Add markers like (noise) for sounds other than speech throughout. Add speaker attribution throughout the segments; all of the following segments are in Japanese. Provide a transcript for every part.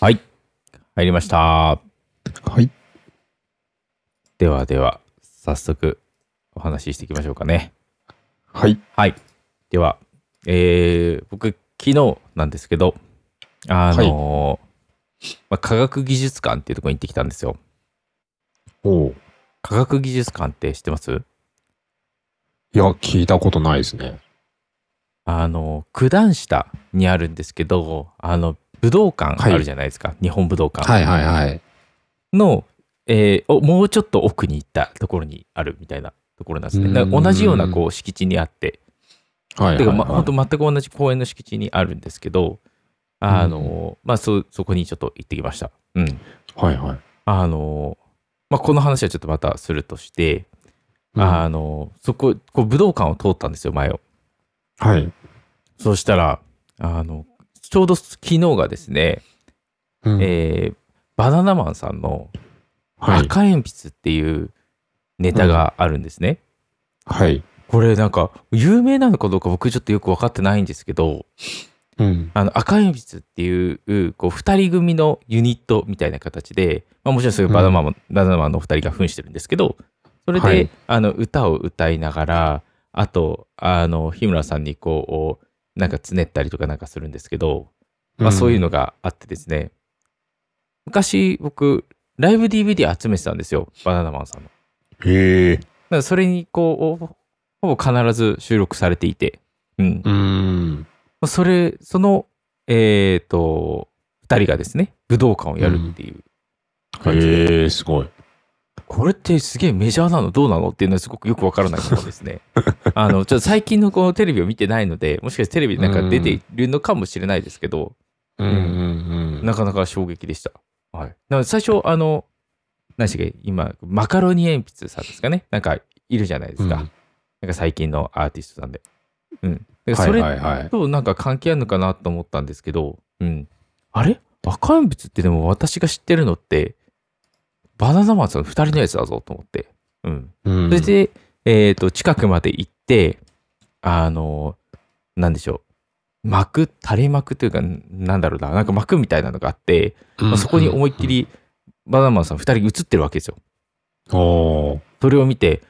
Speaker 1: はい。入りました。
Speaker 2: はい。
Speaker 1: ではでは、早速お話ししていきましょうかね。
Speaker 2: はい。
Speaker 1: はい。では、えー僕、昨日なんですけど、あのーまあ科学技術館っていうところに行ってきたんですよ。
Speaker 2: おう
Speaker 1: 科学技術館って知ってます
Speaker 2: いや、聞いたことないですね。
Speaker 1: あの、九段下にあるんですけど、あの、武道館あるじゃないですか。日本武道館
Speaker 2: はいはいはい。
Speaker 1: の、えーおもうちょっと奥に行ったところにあるみたいなところなんです
Speaker 2: う
Speaker 1: ね。
Speaker 2: ん
Speaker 1: だから同じようなこう敷地にあって、
Speaker 2: はいはい、はい。
Speaker 1: てか、ま、本当全く同じ公園の敷地にあるんですけど、あの、まあ、そ、そこにちょっと行ってきました。うん。
Speaker 2: はいはい。
Speaker 1: あの、まあ、この話はちょっとまたするとして、あの、そこ、こう武道館を通ったんですよ、前を。
Speaker 2: うんはい。
Speaker 1: そうしたら、あの、ちょうど昨日がですね、
Speaker 2: うん
Speaker 1: えーバナナマンさんの
Speaker 2: はい。
Speaker 1: 赤鉛筆っていうネタがあるんですね。
Speaker 2: はい。
Speaker 1: これなんか、有名なのかどうか僕ちょっとよく分かってないんですけど、
Speaker 2: うん。
Speaker 1: あの、赤鉛筆っていう、こう、二人組のユニットみたいな形で、まあもちろんそういうバナナマンも、バナナマンの二人が扮してるんですけど、それで、
Speaker 2: はい
Speaker 1: あの、歌を歌いながら、あと、あの、日村さんにこう、なんかつねったりとかなんかするんですけど、まあ、そういう
Speaker 2: の。
Speaker 1: のがあってですね、昔僕ライブ DVD 集めてたんですよバナナマンさんのだか
Speaker 2: へえ。
Speaker 1: らそれにこうほほぼ必ず収録されていて、うん
Speaker 2: うーん。
Speaker 1: まあそれそのえっ、と2人がですね武道館をやるっていう、感じ
Speaker 2: へえ、すごい。
Speaker 1: これってすげえメジャーなのどうなのっていうのはすごくよくわからないものです
Speaker 2: (laughs)
Speaker 1: ねあのちょっと最近のこのテレビを見てないのでもしかしてテレビなんか出ているのかもしれないですけど、
Speaker 2: うんうんうん。
Speaker 1: なかなか衝撃でした。はい。なので最初、あの、何でしたっけ、今、マカロニ鉛筆さんですかね。なんか、いるじゃないですか。
Speaker 2: うん
Speaker 1: なんか最近のアーティストさんで。うん。で
Speaker 2: はい
Speaker 1: それ
Speaker 2: はいはい
Speaker 1: となんか関係あるのかなと思ったんですけど、うん。あれ赤鉛筆ってでも私が知ってるのって、バナナマンさんの2人のやつだぞと思って。うん。
Speaker 2: うん
Speaker 1: それ、で、えっ、と、近くまで行って、あの、なんでしょう。幕、垂れ幕というか、なんだろうな、なんか幕みたいなのがあって、まあそこに思いっきりバナナマンさん2人映ってるわけですよ。
Speaker 2: うん。おー
Speaker 1: それを見て、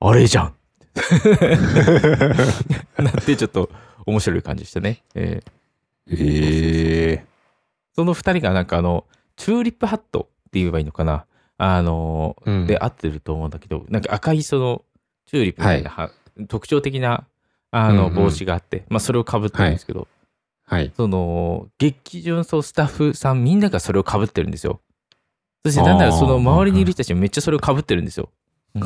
Speaker 1: あれじゃん (laughs) なって、ちょっと面白い感じでしたね。えー
Speaker 2: へえ。
Speaker 1: その2人がなんかあの、チューリップハットって言えばいいのかな。あの、
Speaker 2: うん
Speaker 1: で合ってると思うんだけど、なんか赤いそのチューリップみたいな、は特徴的なあの
Speaker 2: うんうん
Speaker 1: 帽子があって、まあ、それをかぶってるんですけど、
Speaker 2: はい。
Speaker 1: その劇場のそうスタッフさんみんながそれをかぶってるんですよ。そしてなんなら
Speaker 2: あー
Speaker 1: その周りにいる人たちもめっちゃそれをかぶってるんですよ。うん、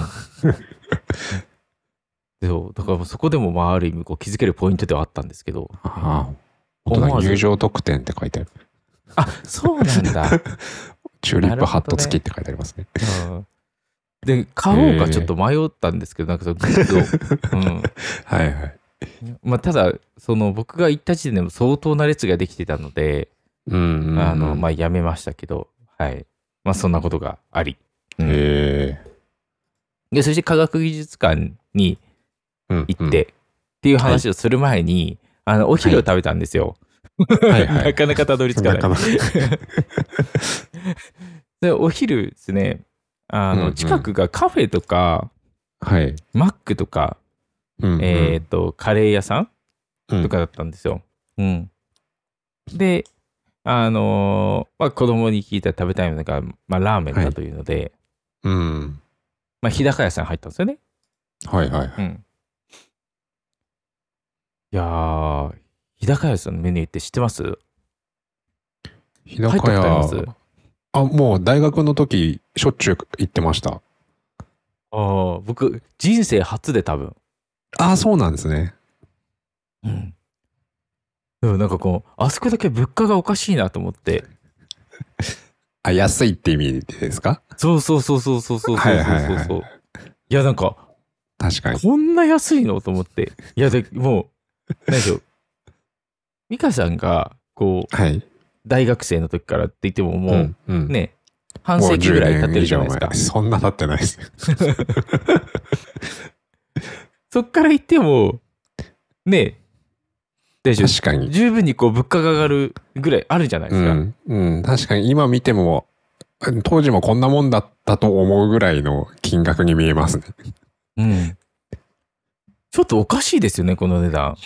Speaker 1: (laughs) そうだからもうそこでもまあある意味こう気づけるポイントではあったんですけど
Speaker 2: ああ。本当
Speaker 1: 思
Speaker 2: だ
Speaker 1: わず
Speaker 2: 入場特典って書いてある。
Speaker 1: あそうなんだ、
Speaker 2: (laughs) チューリップハット付きって書いてありますね。 (laughs)
Speaker 1: うんで買おうかちょっと迷ったんですけど、なんかそのグッと、うん、
Speaker 2: はいはい。
Speaker 1: まあ、ただその僕が行った時点でも相当な列ができてたので、
Speaker 2: うんうんうん。
Speaker 1: あのまあ、やめましたけど、はいまあ、そんなことがありうん
Speaker 2: へえ。
Speaker 1: でそして科学技術館に
Speaker 2: うん
Speaker 1: 行って、。っていう話をする前に、あのお昼を食べたんですよ、
Speaker 2: うんはいは。
Speaker 1: (laughs) ないかなかたどり着かない
Speaker 2: なかなか
Speaker 1: でお昼ですねあ
Speaker 2: うんう
Speaker 1: の
Speaker 2: ん
Speaker 1: 近くがカフェとか、
Speaker 2: はい。
Speaker 1: マックとか、えー、とカレー屋さん
Speaker 2: ー
Speaker 1: とかだったんですよ。うん、で、あのーまあ、子供に聞いたら食べたいのが、まあ、ラーメンだというので、
Speaker 2: うん。
Speaker 1: まあ、日高屋さん入ったんですよね。
Speaker 2: はいはい。
Speaker 1: うん、いやー、日高屋さんのメニューって知ってます
Speaker 2: 日高屋
Speaker 1: 入ったことあります
Speaker 2: あ、もう大学の時、しょっちゅう行ってました。
Speaker 1: あー僕、人生初で多分。
Speaker 2: あそうなんですね。
Speaker 1: うんでもなんかこう、あそこだけ物価がおかしいなと思って。
Speaker 2: あ、安いって意味ですか
Speaker 1: そうそうそうそうそうそうそう
Speaker 2: はいはい
Speaker 1: そう
Speaker 2: はい
Speaker 1: そ
Speaker 2: は
Speaker 1: う。いや、なんか、
Speaker 2: 確かに。
Speaker 1: こんな安いのと思って。いや、でもう、何でしょう。美香さんが、こう、
Speaker 2: はい。
Speaker 1: 大学生の時からって言っても、もう、、
Speaker 2: うん、
Speaker 1: ね、半世紀ぐらい経ってるじゃないです
Speaker 2: もう10
Speaker 1: か
Speaker 2: 年以上前。そんな経ってないです。
Speaker 1: そっから言っても、ね、でしょ
Speaker 2: 確かに。
Speaker 1: 十分にこう物価が上がるぐらいあるじゃないで
Speaker 2: う
Speaker 1: すか。
Speaker 2: ん。うん。確かに今見ても、当時もこんなもんだったと思うぐらいの金額に見えますね。
Speaker 1: うんちょっとおかしいですよね、この値段。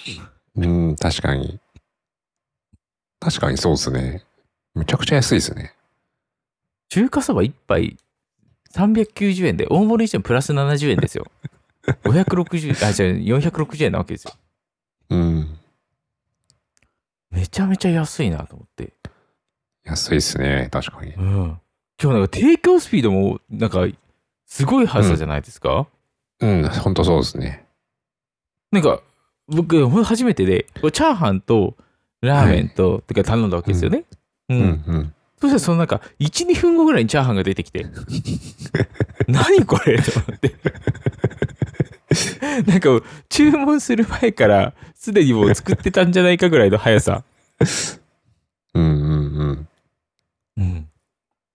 Speaker 2: うん、確かに。確かにそうですね。めちゃくちゃ安いですね。
Speaker 1: 中華そば1杯390円で、大盛りにしてもプラス70円ですよ。560、あ、じゃ460円なわけですよ。
Speaker 2: うん。
Speaker 1: めちゃめちゃ安いなと思って。
Speaker 2: 安いですね。確かに
Speaker 1: う。ん。今日なんか提供スピードも、なんか、すごい速さじゃないですか、
Speaker 2: うん、ほんとそうですね。
Speaker 1: なんか、僕、ほんと初めてで、これチャーハンとラーメンと、てか頼んだわけですよね。う。
Speaker 2: うんん、うん。
Speaker 1: そしたら、そのなんか、1、2分後ぐらいにチャーハンが出てき (laughs) て、何これと思って。 (laughs) なんか、注文する前から、すでにもう作ってたんじゃないかぐらいの速さ。
Speaker 2: うん、うん、うん。
Speaker 1: うん。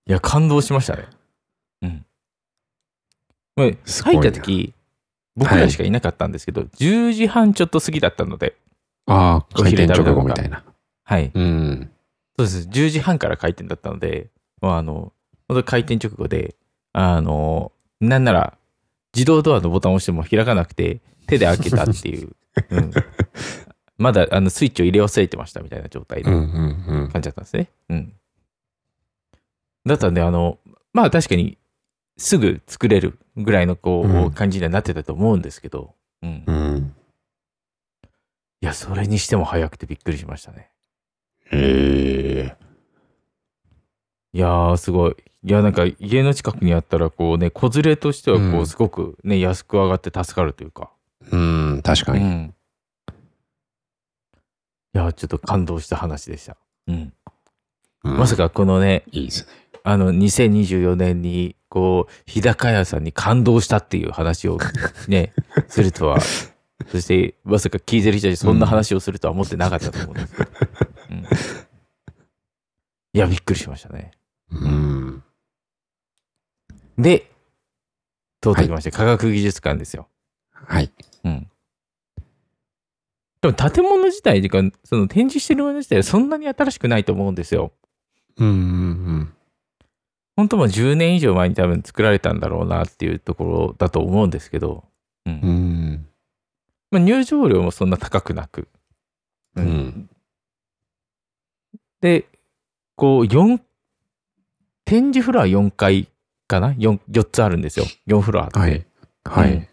Speaker 1: いや、感動しましたね。うん。まあ
Speaker 2: すごい
Speaker 1: 入っ
Speaker 2: な
Speaker 1: た時、僕らしかいなかったんですけど、10時半ちょっと過ぎだったので、
Speaker 2: ああ、
Speaker 1: お
Speaker 2: 開
Speaker 1: 昼
Speaker 2: 店
Speaker 1: 食べた
Speaker 2: 直
Speaker 1: のか
Speaker 2: 後みたいな。
Speaker 1: はい。
Speaker 2: うん。
Speaker 1: そうです。10時半から開店だったので、まあ、あの、本当開店直後で、あの、なんなら、自動ドアのボタンを押しても開かなくて、手で開けたっていう、うん、まだあのスイッチを入れ忘れてましたみたいな状態
Speaker 2: う
Speaker 1: の
Speaker 2: ん、うん、うん。
Speaker 1: 感じだったんですね。うん。だったんで、あの、まあ確かに、すぐ作れるぐらいのこう、
Speaker 2: うん
Speaker 1: 感じにはなってたと思うんですけど、うん。い
Speaker 2: うん。
Speaker 1: や、それにしても早くてびっくりしましたね。
Speaker 2: ええ
Speaker 1: いやーすごい。いやなんか家の近くにあったらこうね子連れとしてはこ
Speaker 2: う
Speaker 1: うんすごくね、安く上がって助かるというか、
Speaker 2: うん、確か
Speaker 1: う
Speaker 2: に。
Speaker 1: んいやーちょっと感動した話でした、うん、
Speaker 2: ま
Speaker 1: まさかこのね
Speaker 2: いいですね。
Speaker 1: あの2024年にこう日高屋さんに感動したっていう話を (laughs) ねするとはそしてまさか聞いてる人たちそんな話をするとは思ってなかったと思うんですけど、 (laughs) うんいやびっくりしましたね
Speaker 2: うん。
Speaker 1: で、とうとう来まして、科学技術館ですよ。
Speaker 2: はい。
Speaker 1: うん。でも建物自体というか、その展示してるもの自体はそんなに新しくないと思うんですよ。
Speaker 2: うん、うん、
Speaker 1: 本当もう10年以上前に多分作られたんだろうなっていうところだと思うんですけど、う。
Speaker 2: うん。うんん。
Speaker 1: まあ、入場料もそんな高くなく。
Speaker 2: うん。
Speaker 1: で、こう、4、展示フロア4階かな 4, ?4 つあるんですよ。4フロアあって。
Speaker 2: はい。は
Speaker 1: うん
Speaker 2: い。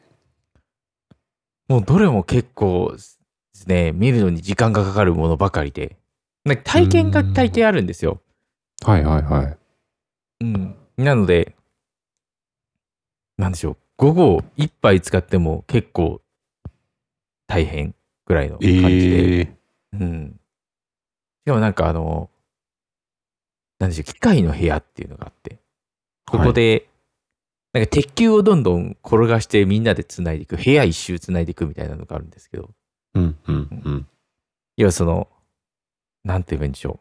Speaker 1: もうどれも結構ですね、見るのに時間がかかるものばかりで、なんか体験が大抵あるんですよ。
Speaker 2: はい、はい、はい。
Speaker 1: うんなので、なんでしょう、午後一杯使っても結構大変ぐらいの感じで、
Speaker 2: ええ
Speaker 1: うん、しかもなんかあの、なんでしょう、機械の部屋っていうのがあって、ここで、なんか鉄球をどんどん転がしてみんなでつないでいく、部屋一周つないでいくみたいなのがあるんですけど、
Speaker 2: うん、うん、うん。
Speaker 1: 要はその、なんて言えばいいんでしょう。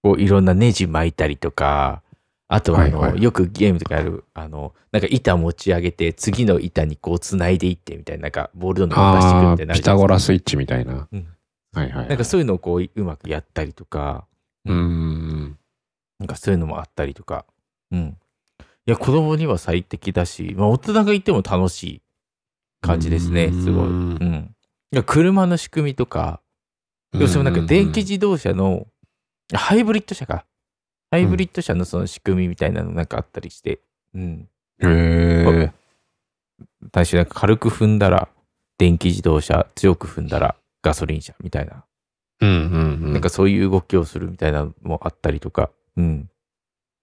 Speaker 1: こういろんなネジ巻いたりとか、あとはあの、
Speaker 2: はいはい
Speaker 1: よくゲームとかやる、あの、なんか板持ち上げて、次の板にこう繋いでいってみたいな、なんかボールどんどん出していく
Speaker 2: あ
Speaker 1: み
Speaker 2: あ
Speaker 1: たい
Speaker 2: ー、
Speaker 1: な。
Speaker 2: ピタゴラ
Speaker 1: イ
Speaker 2: スイッチみたいな。
Speaker 1: うん
Speaker 2: はい、はい。
Speaker 1: なんかそういうのをこううまくやったりとか、
Speaker 2: うん。
Speaker 1: なんかそういうのもあったりとか。うん。いや、子供には最適だし、まあ大人がいても楽しい感じですね、すごい。
Speaker 2: う
Speaker 1: うんん。いや車の仕組みとか、でもそれもなんか電気自動車の、ハイブリッド車か。ハイブリッド車のその仕組みみたいなのなんかあったりして、うん。
Speaker 2: へえ
Speaker 1: 最初なんか軽く踏んだら電気自動車、強く踏んだらガソリン車みたいな、
Speaker 2: うんうんうん。
Speaker 1: なんかそういう動きをするみたいなのもあったりとか、うん。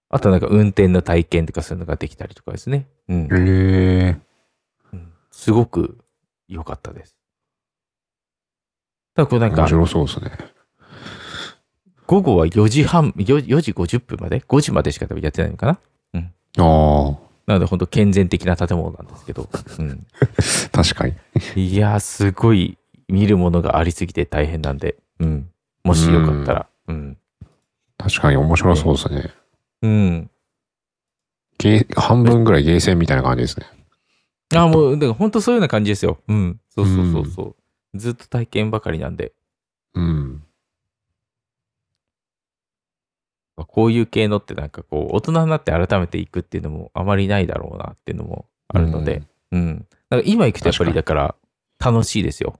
Speaker 1: あとなんか運転の体験とかそういうのができたりとかですね。うん。
Speaker 2: へえ
Speaker 1: うんすごく良かったです。ただこうなんか
Speaker 2: 面、白そうですね。
Speaker 1: 午後は4時半、4, 時50分まで、5時までしか多分やってないのかな
Speaker 2: あ
Speaker 1: なので、本当健全的な建物なんですけど、うん、
Speaker 2: あ、確かに。
Speaker 1: いやー、すごい見るものがありすぎて大変なんで、うん、もしよかったら、うん。
Speaker 2: 確かに面白そうですね。
Speaker 1: うん。
Speaker 2: ゲー半分ぐらいゲーセンみたいな感じですね。
Speaker 1: あーもう、だから本当そういうような感じですよ。うん、そうそうそうそう。ずっと体験ばかりなんで、
Speaker 2: うん。
Speaker 1: まあこういう系のってなんかこう、大人になって改めて行くっていうのもあまりないだろうなっていうのもあるので、うん。なんか今行くとやっぱりだから楽しいですよ。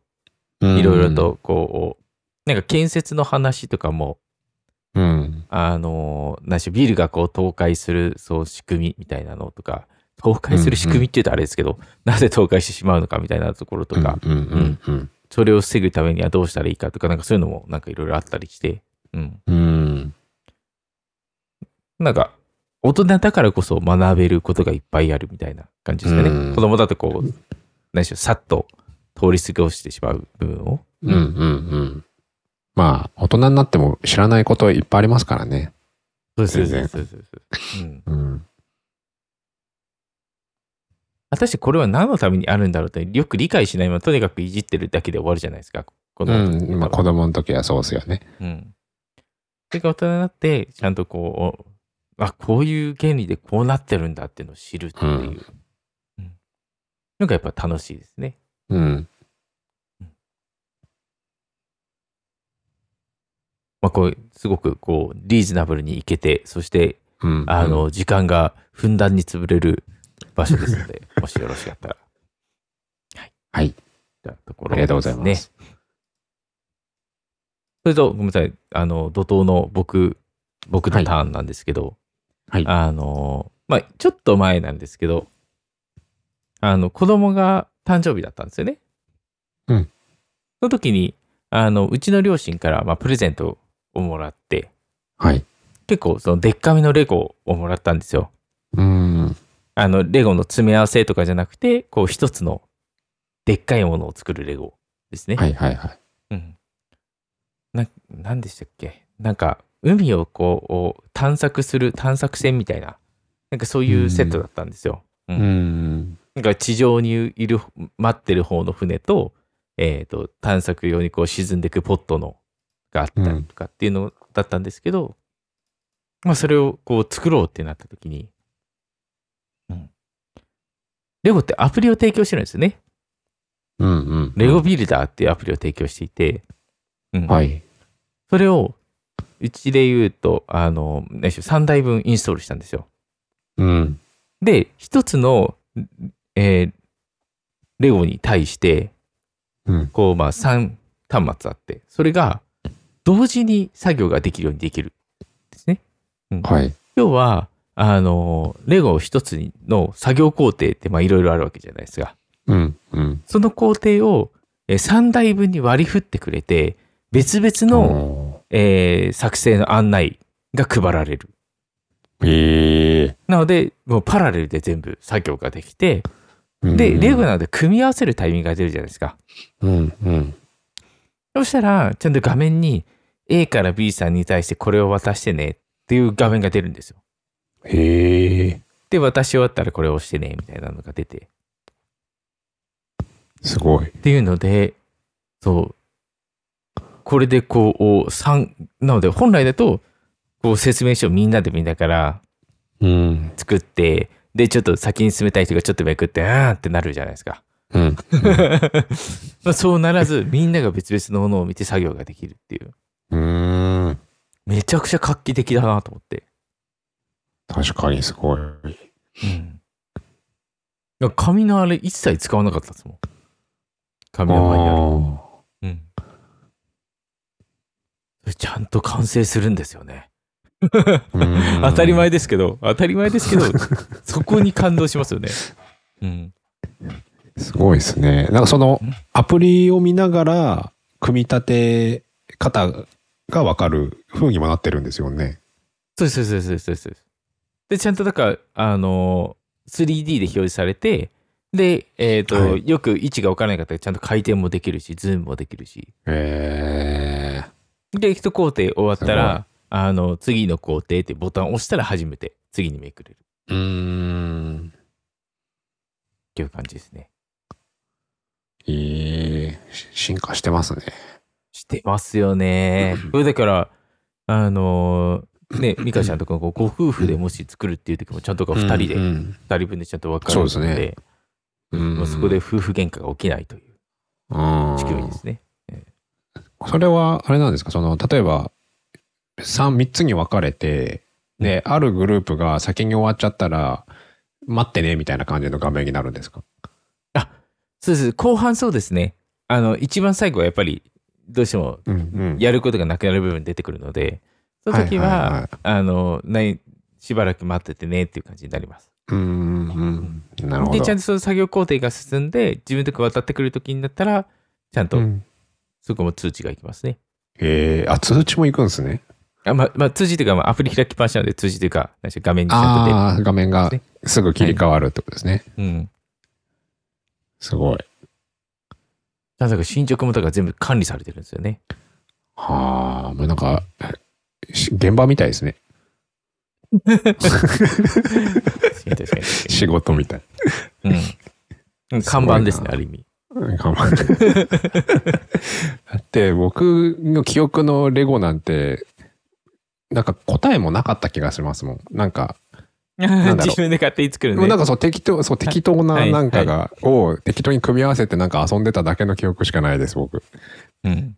Speaker 2: うん、
Speaker 1: いろいろとこう、なんか建設の話とかも、
Speaker 2: うん。
Speaker 1: あのー、何しろビルがこう倒壊するそう仕組みみたいなのとか、倒壊する仕組みって言うとあれですけど、なぜ倒壊してしまうのかみたいなところとか、
Speaker 2: うんうんうん
Speaker 1: それを防ぐためにはどうしたらいいかとか、なんかそういうのもなんかいろいろあったりして、うん。
Speaker 2: うん。うん。
Speaker 1: なんか、大人だからこそ学べることがいっぱいあるみたいな感じですかね。
Speaker 2: うん
Speaker 1: 子供だとこう、何でしょう、さっと通り過ごしてしまう部分を。
Speaker 2: うんうんうん。まあ、大人になっても知らないこといっぱいありますからね。
Speaker 1: そう
Speaker 2: です
Speaker 1: そうそうそうそう。うん。
Speaker 2: うん。
Speaker 1: 果たしてこれは何のためにあるんだろうって、よく理解しないまま、とにかくいじってるだけで終わるじゃないですか。こ
Speaker 2: う
Speaker 1: の、
Speaker 2: ん。まあ、子供の時はそうですよね。
Speaker 1: うん。それが大人になって、ちゃんとこう、あ、こういう原理でこうなってるんだっていうのを知るっていう。
Speaker 2: うん
Speaker 1: うんなんかやっぱ楽しいですね。
Speaker 2: うん。
Speaker 1: まあ、こう、すごくこう、リーズナブルに行けて、そして、
Speaker 2: うん。
Speaker 1: あの、時間がふんだんに潰れる場所ですの
Speaker 2: (laughs)
Speaker 1: で、もしよろしかったら。はい。
Speaker 2: はい
Speaker 1: じゃあ、ところ
Speaker 2: あり
Speaker 1: で
Speaker 2: が
Speaker 1: す
Speaker 2: と
Speaker 1: ね。
Speaker 2: うございます。
Speaker 1: それと、ごめんなさい。あの、怒涛の僕、僕
Speaker 2: は
Speaker 1: の
Speaker 2: い
Speaker 1: ターンなんですけど、
Speaker 2: はい
Speaker 1: あの、まあ、ちょっと前なんですけど、あの、子供が誕生日だったんですよね。
Speaker 2: うん
Speaker 1: その時に、あの、うちの両親から、まあ、プレゼントをもらって、
Speaker 2: はい。
Speaker 1: 結構、その、でっかめのレゴをもらったんですよ。
Speaker 2: うん。
Speaker 1: あの、レゴの詰め合わせとかじゃなくて、こう、一つの、でっかいものを作るレゴですね。
Speaker 2: はいはいはい。
Speaker 1: うん。な、なんでしたっけなんか、海をこう、探索する探索船みたいな、なんかそういうセットだったんですよ。うん
Speaker 2: うん。
Speaker 1: なんか地上にいる、待ってる方の船と、えっ、と、探索用にこう沈んでいくポットのがあったりとかっていうのだったんですけど、まあそれをこう作ろうってなった時に、うん。レゴってアプリを提供してるんですよね。
Speaker 2: うんうん。
Speaker 1: レゴビルダーっていうアプリを提供していて、うん。
Speaker 2: はい。
Speaker 1: それを、うちで言うと、あの、何でしょう3台分インストールしたんですよ。
Speaker 2: うん。
Speaker 1: で、一つの、えーレゴに対して、
Speaker 2: うん。
Speaker 1: こう、まあ、3端末あって、それが、同時に作業ができるようにできる。ですね。
Speaker 2: はい。
Speaker 1: 要は、あの、レゴ一つの作業工程って、まあ、いろいろあるわけじゃないですか。
Speaker 2: うん。うん。
Speaker 1: その工程を、え3台分に割り振ってくれて、別々の、
Speaker 2: の、
Speaker 1: えー作成の案内が配られる。
Speaker 2: ええ。
Speaker 1: なので、もうパラレルで全部作業ができて、
Speaker 2: うん
Speaker 1: で、レゴなので組み合わせるタイミングが出るじゃないですか。
Speaker 2: うんうん。
Speaker 1: そしたら、ちゃんと画面に A から B さんに対してこれを渡してねっていう画面が出るんですよ。
Speaker 2: へえ。
Speaker 1: で、渡し終わったらこれを押してねみたいなのが出て。
Speaker 2: すごい。
Speaker 1: っていうので、そう。これでこう、三なので本来だと、こう説明書をみんなで見ながら
Speaker 2: うん。
Speaker 1: 作って、で、ちょっと先に進めたい人がちょっとめくって、あーってなるじゃないです
Speaker 2: (laughs)
Speaker 1: か。
Speaker 2: うん。
Speaker 1: まあそうならず、みんなが別々のものを見て作業ができるっていう。
Speaker 2: うん。
Speaker 1: めちゃくちゃ画期的だなと思って。
Speaker 2: 確かにすごい。
Speaker 1: うん。いや紙のあれ一切使わなかったですもん。紙のマニュアル。うん。それちゃんと完成するんですよね。当
Speaker 2: (laughs) 当
Speaker 1: たり前ですけど、当たり前ですけど、 (laughs) そこに感動しますよね。うん。
Speaker 2: すごいですね。なんかその
Speaker 1: ん
Speaker 2: アプリを見ながら組み立て方がわかる風にもなってるんですよね。
Speaker 1: そうですそうですそうですそうですそうです。で、ちゃんとだから、あのー、3D で表示されて、で、えっ、と、
Speaker 2: は
Speaker 1: よく位置が分からなかったら、ちゃんと回転もできるし、ズームもできるし。
Speaker 2: へえ。
Speaker 1: で、一工程終わったら、あの、次の工程ってボタンを押したら初めて、次にめくれるっ
Speaker 2: うーん。
Speaker 1: ていう感じですね。
Speaker 2: ええ。し進化してますね。
Speaker 1: してますよね。これだから、あのーね、美香ちゃんとかこうご夫婦でもし作るっていう時もちゃんとこう二人で、
Speaker 2: う
Speaker 1: 二
Speaker 2: ん
Speaker 1: 人分でちゃんと分かるので
Speaker 2: そうですうん
Speaker 1: まあそこで夫婦喧嘩が起きないという
Speaker 2: うん
Speaker 1: 仕組みですね。
Speaker 2: それはあれなんですかその例えば 3, 3つに分かれてであるグループが先に終わっちゃったら待ってねみたいな感じの画面になるんですか
Speaker 1: そうです。後半そうですね。あの、一番最後はやっぱり、どうしても
Speaker 2: うんうん
Speaker 1: やることがなくなる部分出てくるので、その時は、
Speaker 2: はいはいはい
Speaker 1: あの、ない、しばらく待っててねっていう感じになります。
Speaker 2: うんうんうんなるほ
Speaker 1: で、
Speaker 2: ど
Speaker 1: ちゃんとその作業工程が進んで、自分とか渡ってくる時になったら、ちゃんと
Speaker 2: うん
Speaker 1: そこも通知がいきますね。
Speaker 2: えー、あ通知も行くんですね
Speaker 1: あまあ、まあ、通知というか、まあ、アプリ開きっぱなしなので、通知というか、なんでしょう画面にちゃんと出る
Speaker 2: ああ画面がすぐ切り替わるってことですね、
Speaker 1: うん。
Speaker 2: すごい
Speaker 1: なんだか進捗もとか全部管理されてるんですよね。
Speaker 2: はあもうなんかし現場みたいですね
Speaker 1: 確かに確かに
Speaker 2: 仕事みたい (laughs)
Speaker 1: うんうん。看板です
Speaker 2: すごい
Speaker 1: ね、ある意味。
Speaker 2: な頑張って。 (laughs) だって僕の記憶のレゴなんて、なんか答えもなかった気がしますもん。なんか、んだろう
Speaker 1: (laughs) 自分で勝手に作る
Speaker 2: で
Speaker 1: ね。
Speaker 2: もなんかそう適当、そう適当な
Speaker 1: はい
Speaker 2: なんかが、を適当に組み合わせてなんか遊んでただけの記憶しかないです、僕。
Speaker 1: うん。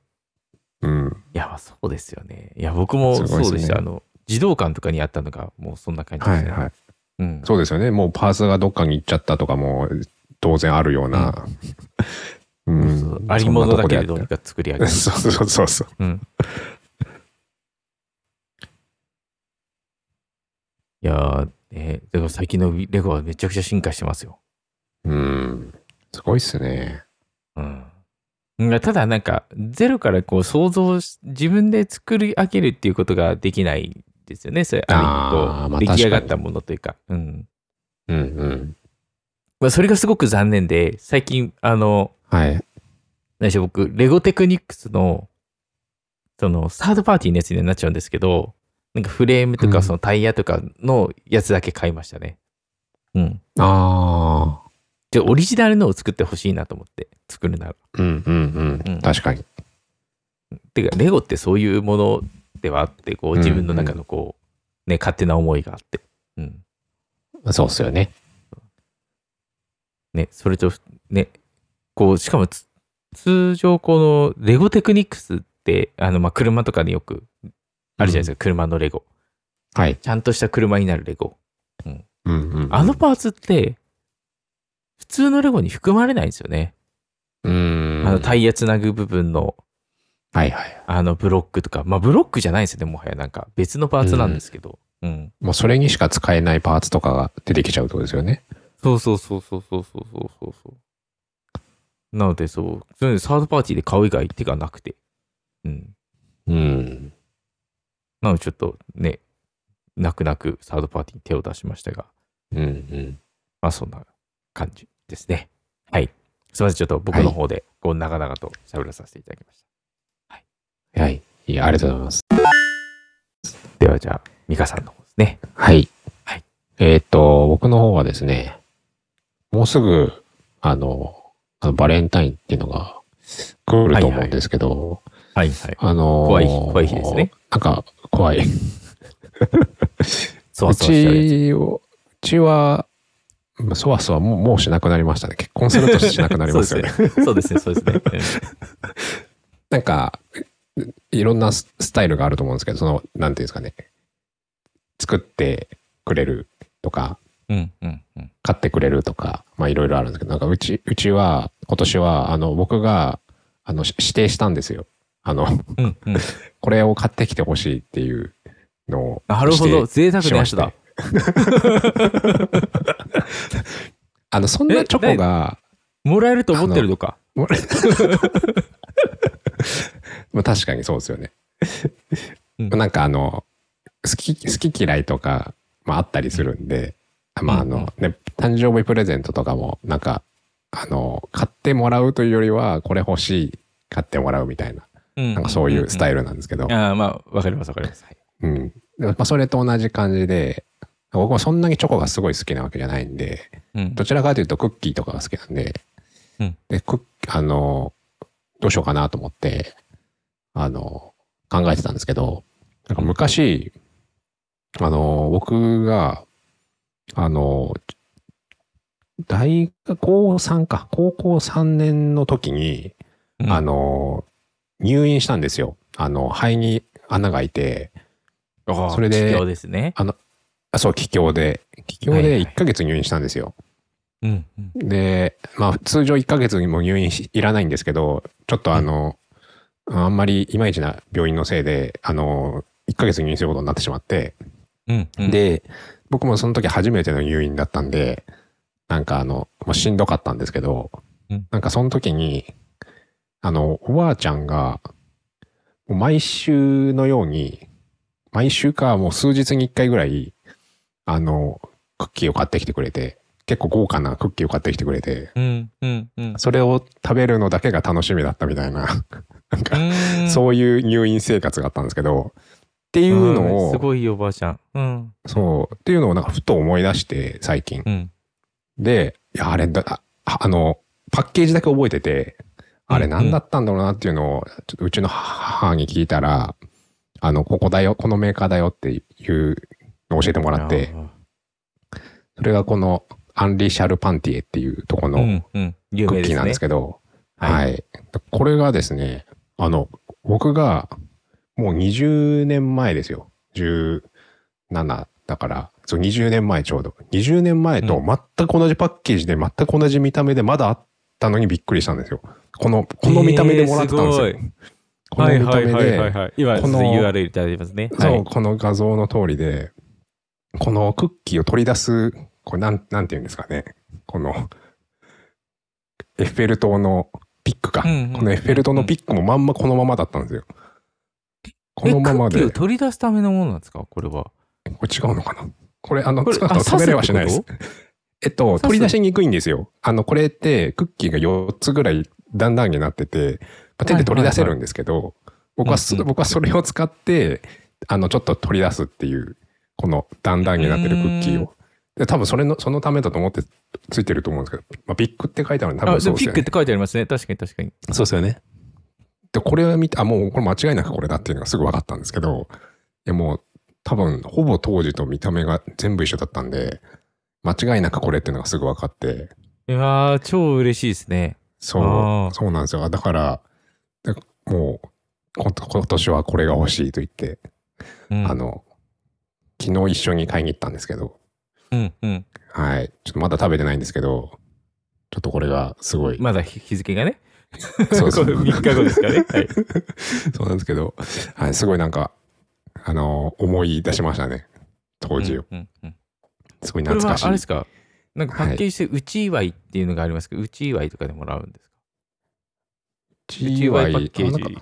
Speaker 2: うん。
Speaker 1: いや、まあそうですよね。いや、僕もそ
Speaker 2: すごいですね
Speaker 1: うでした。あの、児童館とかにあったのが、もうそんな感じで
Speaker 2: は
Speaker 1: す
Speaker 2: い
Speaker 1: ね。
Speaker 2: はい。
Speaker 1: うん。
Speaker 2: そうですよね。もうパーツがどっかに行っちゃったとかも当然あるような。うん
Speaker 1: そうありものだけでどう
Speaker 2: そんな
Speaker 1: に
Speaker 2: と
Speaker 1: か
Speaker 2: こ
Speaker 1: 作り上
Speaker 2: で
Speaker 1: げ
Speaker 2: やって
Speaker 1: る
Speaker 2: た。 (laughs) そうそうそうそう。
Speaker 1: うん。いやー、ね、でも最近のレゴはめちゃくちゃ進化してますよ。
Speaker 2: うん。すごいっすね。
Speaker 1: うん。うんただなんか、ゼロからこう想像し、自分で作り上げるっていうことができないですよね。それ、
Speaker 2: あー
Speaker 1: ある意味こう
Speaker 2: まあ
Speaker 1: 出来上がっ
Speaker 2: 確か
Speaker 1: たものというか。うん。
Speaker 2: うんうん。
Speaker 1: まあ、それがすごく残念で、最近、あの、
Speaker 2: はい。
Speaker 1: 何でしょう、僕、レゴテクニックスの、その、サードパーティーのやつになっちゃうんですけど、なんかフレームと
Speaker 2: う
Speaker 1: か、
Speaker 2: ん
Speaker 1: そのタイヤとかのやつだけ買いましたね。うん。
Speaker 2: ああ。
Speaker 1: で、オリジナルのを作ってほしいなと思って、作るなら。
Speaker 2: うんうん
Speaker 1: う
Speaker 2: う。
Speaker 1: んん
Speaker 2: 確かに。
Speaker 1: てか、レゴってそういうものではあって、こう、
Speaker 2: うん
Speaker 1: 自分の中のこう、ね、勝手な思いがあって。うん。
Speaker 2: そうっすよね。
Speaker 1: ね、それと、ね、こう、しかもつ、通常、この、レゴテクニックスって、あの、まあ、車とかによく、あるじゃないですか、車のレゴ。
Speaker 2: はい。
Speaker 1: ちゃんとした車になるレゴ。
Speaker 2: うんうん。
Speaker 1: あのパーツって、普通のレゴに含まれないんですよね。
Speaker 2: うん。
Speaker 1: あのタイヤつなぐ部分の、
Speaker 2: はいはい。
Speaker 1: あのブロックとか、まあブロックじゃないですよね、もはや。なんか別のパーツなんですけど。うん。
Speaker 2: もうそれにしか使えないパーツとかが出てきちゃうってことですよね。
Speaker 1: そうそうそうそうそうそうそうそうそう。なので、そう、そういうのサードパーティーで買う以外手がなくて。うん。
Speaker 2: うん。
Speaker 1: なのでちょっとね、泣く泣くサードパーティーに手を出しましたが、
Speaker 2: うんうん。
Speaker 1: まあそんな感じですね。はい。すみません、ちょっと僕の方で、こう長々と喋らさせていただきました。
Speaker 2: はい。いや、ありがとうございます。
Speaker 1: ではじゃあ、ミカさんの方ですね。
Speaker 2: はい。
Speaker 1: はい。
Speaker 2: えーっと、僕の方はですね、もうすぐ、あの、あのバレンタインっていうのが来ると思うんですけど、
Speaker 1: はいはい。
Speaker 2: あの
Speaker 1: 怖い日怖い日ですね。
Speaker 2: なんか、怖い。
Speaker 1: そうわそわしちゃうやつ。
Speaker 2: ちを、うちは、まあそわそわもうもうしなくなりましたね。結婚するとしなくなりますよね。
Speaker 1: そうですね。そうですね。そうですね。
Speaker 2: (laughs) なんか、いろんなススタイルがあると思うんですけど、その、なんていうんですかね。作ってくれるとか、
Speaker 1: うんうんうん。
Speaker 2: 買ってくれるとか、まあいろいろあるんですけど、なんかうち、うちは、今年は、あの、僕が、あの、し指定したんですよ。あの、
Speaker 1: うんうん。
Speaker 2: これを買ってきてほしいっていうのを。
Speaker 1: なるほ
Speaker 2: 指定
Speaker 1: ど。贅沢
Speaker 2: し
Speaker 1: な
Speaker 2: ま
Speaker 1: や
Speaker 2: し
Speaker 1: つ
Speaker 2: た
Speaker 1: だ。。
Speaker 2: (laughs) あの、そんなチョコが、
Speaker 1: もらえると思ってるのか。
Speaker 2: (laughs) まあ確かにそうですよね。
Speaker 1: うん
Speaker 2: なんかあの、好き、好き嫌いとか、まああったりするんで、まああ
Speaker 1: うん
Speaker 2: の、ね、誕生日プレゼントとかも、なんか、あの、買ってもらうというよりは、これ欲しい、買ってもらうみたいな、
Speaker 1: な
Speaker 2: なんかそういうスタイ
Speaker 1: ル。
Speaker 2: ルなんですけど、
Speaker 1: ああ、まあ、わかりますわかります。はい
Speaker 2: うん。まあ、それと同じ感じで、僕もそんなにチョコがすごい好きなわけじゃないんで、
Speaker 1: うん
Speaker 2: どちらかというとクッキーとかが好きなんで、
Speaker 1: うん
Speaker 2: で、クッあの、どうしようかなと思って、あの、考えてたんですけど、なんか昔、あの、僕が、あの、大学、高3か、高校3年の時に、
Speaker 1: うん
Speaker 2: あの、入院したんですよ。あの、肺に穴が開いて、
Speaker 1: ああ
Speaker 2: それで
Speaker 1: 治療ですね。
Speaker 2: あそう、気胸で、気胸
Speaker 1: はいは
Speaker 2: で
Speaker 1: い
Speaker 2: 1ヶ月入院したんですよ。
Speaker 1: うん、うん。
Speaker 2: で、まあ、通常1ヶ月にも入院しいらないんですけど、ちょっとあの、あんまりいまいちな病院のせいで、あの、1ヶ月入院することになってしまって、
Speaker 1: うん、うん、
Speaker 2: で、僕もその時初めての入院だったんで、なんかあの、もうしんどかったんですけど、
Speaker 1: うん
Speaker 2: なんかその時に、あの、おばあちゃんが、もう毎週のように、毎週かもう数日に1回ぐらい、あの、クッキーを買ってきてくれて、結構豪華なクッキーを買ってきてくれて、
Speaker 1: うん、うん、うん。
Speaker 2: それを食べるのだけが楽しみだったみたいな、なんか、
Speaker 1: うん
Speaker 2: そういう入院生活があったんですけど、っていうの
Speaker 1: ん
Speaker 2: を、
Speaker 1: すごいいいおばあちゃん。うん、
Speaker 2: そう。っていうのをなんかふと思い出して、最近。
Speaker 1: うん。
Speaker 2: で、いや、あれだ、ああの、パッケージだけ覚えてて、あれ
Speaker 1: うんうん
Speaker 2: 何だったんだろうなっていうのを、ちょっとうちの母に聞いたら、あの、ここだよ、このメーカーだよっていうのを教えてもらって、それがこのアンリシャルパンティエっていうとこ
Speaker 1: あ
Speaker 2: の
Speaker 1: ー、うん、うん。有
Speaker 2: ク
Speaker 1: 名
Speaker 2: ッ
Speaker 1: で
Speaker 2: キー
Speaker 1: す
Speaker 2: なん
Speaker 1: ね
Speaker 2: です。けど、
Speaker 1: は
Speaker 2: はいい、これがですね、あの、僕がもう20年前ですよ。17だから、そう20年前ちょうど。20年前と全く同じパッケージで、全く同じ見た目でまだあったのにびっくりしたんですよ。この、この見た目でもらってたんですよ。
Speaker 1: えーすごい
Speaker 2: この見た目
Speaker 1: はいはいはいはい
Speaker 2: で、
Speaker 1: はい。今、
Speaker 2: この
Speaker 1: URL いただいてますね。
Speaker 2: そ、
Speaker 1: はいう
Speaker 2: この画像の通りで、このクッキーを取り出す、これなん、なんて言うんですかね。この、エッフェル塔のピックか。
Speaker 1: うんうん
Speaker 2: このエッフェル塔のピックもまんまこのままだったんですよ。このまま
Speaker 1: え
Speaker 2: で。
Speaker 1: クッキ
Speaker 2: こ
Speaker 1: ーを取り出すためのものなんですかこれ
Speaker 2: (laughs)
Speaker 1: は。
Speaker 2: れ違うのかなこれ、あの、
Speaker 1: これ
Speaker 2: 使うと
Speaker 1: あ
Speaker 2: 止めれはしないです
Speaker 1: 刺。
Speaker 2: えっと、
Speaker 1: す
Speaker 2: 取り出しにくいんですよ。あの、これって、クッキーが4つぐらい段々になってて、まあ手で取り出せるんですけど、僕はす
Speaker 1: うんうん
Speaker 2: 僕はそれを使って、あの、ちょっと取り出すっていう、この段々になってるクッキーを。で、多分それの、そのためだと思ってついてると思うんですけど、まあ、ビッグって書いてあるんで、多
Speaker 1: あ、
Speaker 2: 分そ
Speaker 1: で
Speaker 2: うです
Speaker 1: ピ
Speaker 2: よ
Speaker 1: ック
Speaker 2: ね
Speaker 1: っ。て書いてありますね。確かに確かに。
Speaker 2: そうですよね。で、これを見て、あ、もうこれ間違いなくこれだっていうのがすぐ分かったんですけど、いやもう多分ほぼ当時と見た目が全部一緒だったんで、間違いなくこれっていうのがすぐ分かって、
Speaker 1: いやー、超嬉しいですね。あ
Speaker 2: そ
Speaker 1: ー
Speaker 2: う、そうなんですよ。だから、でもう、こ今年はこれが欲しいと言って、
Speaker 1: うん
Speaker 2: あ、の、昨日一緒に買いに行ったんですけど、
Speaker 1: うん、うん。
Speaker 2: はい。ちょっとまだ食べてないんですけど、ちょっとこれがすごい。
Speaker 1: まだ日日付がね。
Speaker 2: そうそう
Speaker 1: 3日後ですかね。はい。
Speaker 2: (laughs) そうなんですけど、はい、すごいなんか、あのー思い出しましたね。当時を。
Speaker 1: うんうんうん
Speaker 2: すごい
Speaker 1: これ
Speaker 2: 懐
Speaker 1: は
Speaker 2: かしい。
Speaker 1: あれですかなんかパッケージでうち祝いっていうのがありますけど、うち祝いとかでもらうんですかうち祝いパッケージ
Speaker 2: あなんかう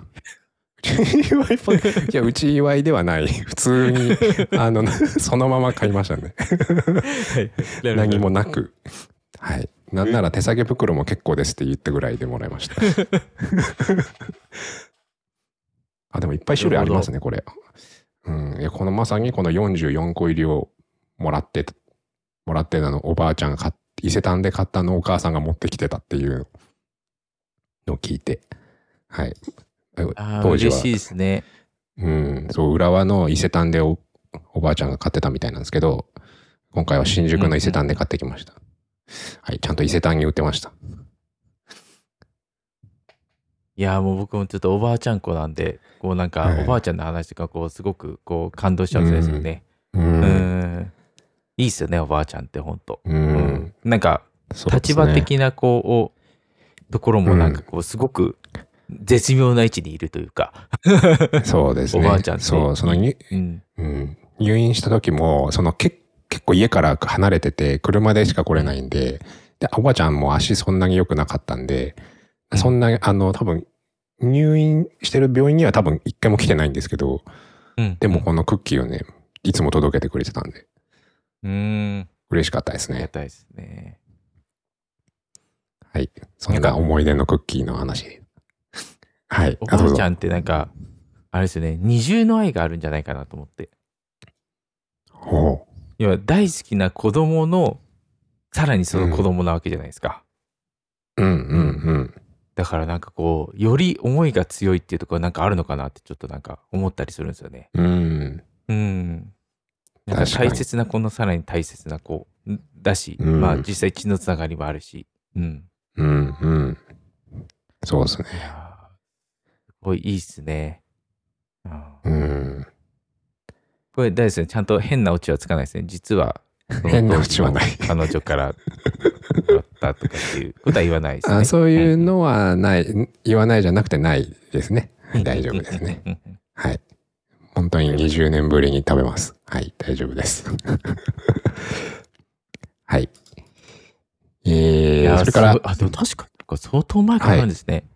Speaker 2: ち祝いパッケージ。いや、うち祝いではない。普通
Speaker 1: (laughs)
Speaker 2: に、あの、そのまま買いましたね。
Speaker 1: (laughs)
Speaker 2: 何もなく。はい。なんなら手提げ袋も結構ですって言ったぐらいでもらいました。 (laughs) あ、でもいっぱい種類ありますね、これ。うん。いや、このまさにこの44個入りをもらって、もらってたの、おばあちゃんが買っ伊勢丹で買ったのをお母さんが持ってきてたっていうのを聞いて。はい。
Speaker 1: あー
Speaker 2: 当時は
Speaker 1: 嬉しいですね。
Speaker 2: うん、そう、浦和の伊勢丹でおおばあちゃんが買ってたみたいなんですけど、今回は新宿の伊勢丹で買ってきました。はい、ちゃんと伊勢丹に売ってました。
Speaker 1: いやーもう僕もちょっとおばあちゃん子なんで、こうなんか
Speaker 2: はい
Speaker 1: おばあちゃんの話とか、こうすごくこう感動しちゃうんですよね。
Speaker 2: う。
Speaker 1: うんん。いいっすよね、おばあちゃんってほんと。
Speaker 2: う。。
Speaker 1: うんなんか
Speaker 2: そうです
Speaker 1: 立
Speaker 2: ね
Speaker 1: 場的なこう、ところもなんかこうすごく絶妙な位置にいるというか。
Speaker 2: そうですね。
Speaker 1: おばあちゃんって
Speaker 2: そう、そのに、
Speaker 1: うん。
Speaker 2: うん、入院した時も、そのけ結構家から離れてて、車でしか来れないんで、で、おばあちゃんも足そんなに良くなかったんで、
Speaker 1: うん
Speaker 2: そんな、あの、多分、入院してる病院には多分一回も来てないんですけど、
Speaker 1: うん
Speaker 2: でも、このクッキーをね、いつも届けてくれてたんで、
Speaker 1: うん。
Speaker 2: 嬉しかったです
Speaker 1: ありが
Speaker 2: ね。
Speaker 1: たいですね。
Speaker 2: はい。そんな思い出のクッキーの話。はい
Speaker 1: お。ば
Speaker 2: あ、どう
Speaker 1: あち
Speaker 2: ぞ
Speaker 1: ゃ。んってなんか、あれですよね、二重の愛があるんじゃないかなと思って。
Speaker 2: ほ
Speaker 1: 要は大好きな子供の、さらにその子供なわけじゃないですか。
Speaker 2: う。うんうん
Speaker 1: だからなんかこう、より思いが強いっていうところなんかあるのかなってちょっとなんか思ったりするんですよね。
Speaker 2: うん。うん。
Speaker 1: うん。なんか
Speaker 2: 確かに
Speaker 1: 大切な子のさらに大切な子んだし、
Speaker 2: うん
Speaker 1: まあ実際血のつながりもあるし。うん。
Speaker 2: うんうん。そうですね
Speaker 1: い。やーすごいいいっすね。うん
Speaker 2: うん。
Speaker 1: これ大事ですね。ちゃんと変なオチはつかないですね。実は、
Speaker 2: 変なオチはない
Speaker 1: その当時の彼女からだったとかっていうことは言わないですね。
Speaker 2: あそういううのはない、言わないじゃなくてないですね。
Speaker 1: ん
Speaker 2: 大丈夫ですね。
Speaker 1: うん
Speaker 2: はい。本当に20年ぶりに食べます。はい、大丈夫です。 (laughs) はい。
Speaker 1: い
Speaker 2: え
Speaker 1: や
Speaker 2: ー、
Speaker 1: ー、
Speaker 2: そ
Speaker 1: そ
Speaker 2: れ
Speaker 1: れから
Speaker 2: から、
Speaker 1: あ、でも確かに相当前からなんですね。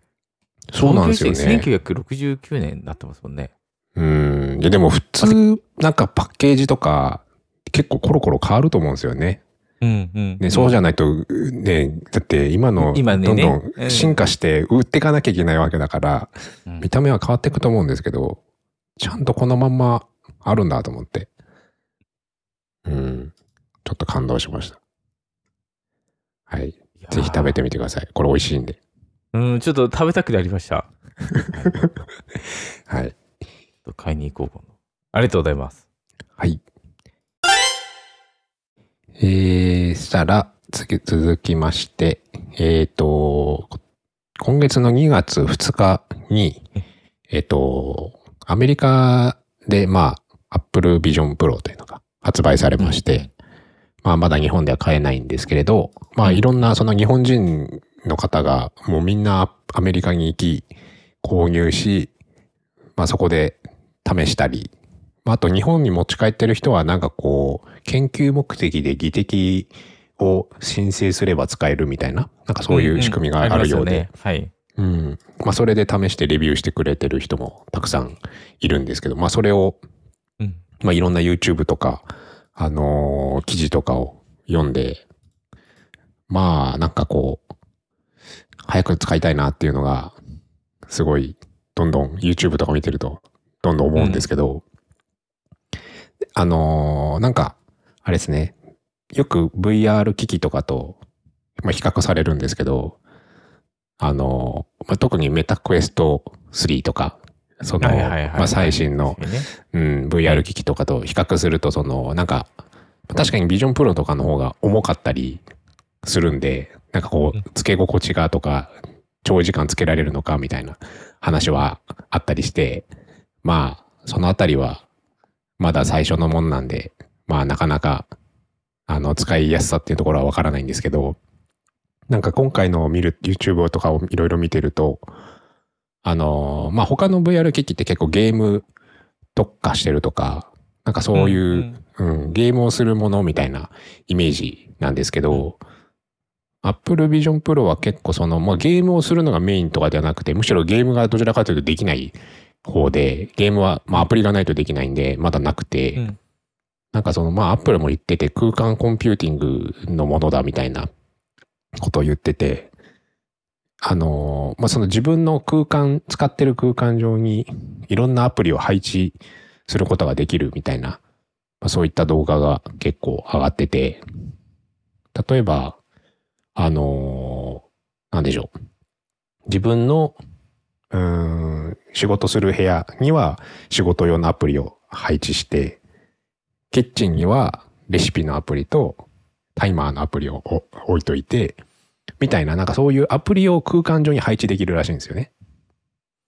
Speaker 2: そうなんですよ
Speaker 1: 上
Speaker 2: ね。
Speaker 1: 京して1969年になってますもんね。
Speaker 2: うん。いやでも普通、なんかパッケージとか、結構コロコロ変わると思うんですよね。
Speaker 1: うんうん。
Speaker 2: ね、そうじゃないと、うね、だって今の、
Speaker 1: 今ね
Speaker 2: どんど
Speaker 1: うんん
Speaker 2: 進化して売っていかなきゃいけないわけだから、
Speaker 1: うん
Speaker 2: 見た目は変わっていくと思うんですけど、ちゃんとこのまんまあるんだと思って。うん。ちょっと感動しました。はい。ぜひ食べてみてください。これ美味しいんで。
Speaker 1: うん、ちょっと食べたくなりました。
Speaker 2: はい。
Speaker 1: ちょっと買いに行こうかな。ありがとうございます。
Speaker 2: はい。えー、したら、次、続きまして、えっ、と、今月の2月2日に、えっ、と、アメリカで、まあ、Apple Vision Pro というのが発売されまして、まあ、まだ日本では買えないんですけれど、まあ、いろんな、その日本人の方が、もうみんなアメリカに行き、購入し、まあ、そこで試したり、まあ、あと日本に持ち帰ってる人はなんかこう研究目的で技的を申請すれば使えるみたいななんかそういう仕組みがあるようで、
Speaker 1: あり
Speaker 2: うんまあ、それで試してレビューしてくれてる人もたくさんいるんですけど、まあ、それを、
Speaker 1: ますよね。
Speaker 2: まあ、いろんな YouTube とか、あのー記事とかを読んでまあなんかこう早く使いたいなっていうのがすごいどんどん YouTube とか見てるとどんどん思うんですけど、あのーなんか、あれですね。よく VR 機器とかと、まあ、比較されるんですけど、あのーまあ、特にメタクエスト3とか、そ
Speaker 1: うん。
Speaker 2: の、
Speaker 1: はいはいはい。
Speaker 2: まあ、最新の、
Speaker 1: そうです
Speaker 2: うん、VR 機器とかと比較すると、その、なんか、確かにビジョンプロとかの方が重かったりするんで、なんかこ
Speaker 1: うん
Speaker 2: う、付け心地がとか、長時間つけられるのかみたいな話はあったりして、まあ、そのあたりは、まだ最初のもんなんで、まあ、なかなか、あの、使いやすさっていうところはわからないんですけど、なんか今回の見る YouTube とかをいろいろ見てると、あのーまあ、他の VR 機器って結構ゲーム特化してるとか、なんかそういう、
Speaker 1: ん
Speaker 2: うん、ゲームをするものみたいなイメージなんですけど、Apple Vision Pro は結構その、まあ、ゲームをするのがメインとかではなくて、むしろゲームがどちらかというとできない方で、ゲームは、まあ、アプリがないとできないんで、まだなくて、
Speaker 1: うん
Speaker 2: なんかその、まあ、Apple も言ってて、空間コンピューティングのものだみたいなことを言ってて、あのーまあ、その自分の空間、使ってる空間上にいろんなアプリを配置することができるみたいな、まあ、そういった動画が結構上がってて、例えば、あのーなんでしょう。自分の、うーん、仕事する部屋には仕事用のアプリを配置して、キッチンにはレシピのアプリとタイマーのアプリをお置いといて、みたいな、なんかそういうアプリを空間上に配置できるらしいんですよね。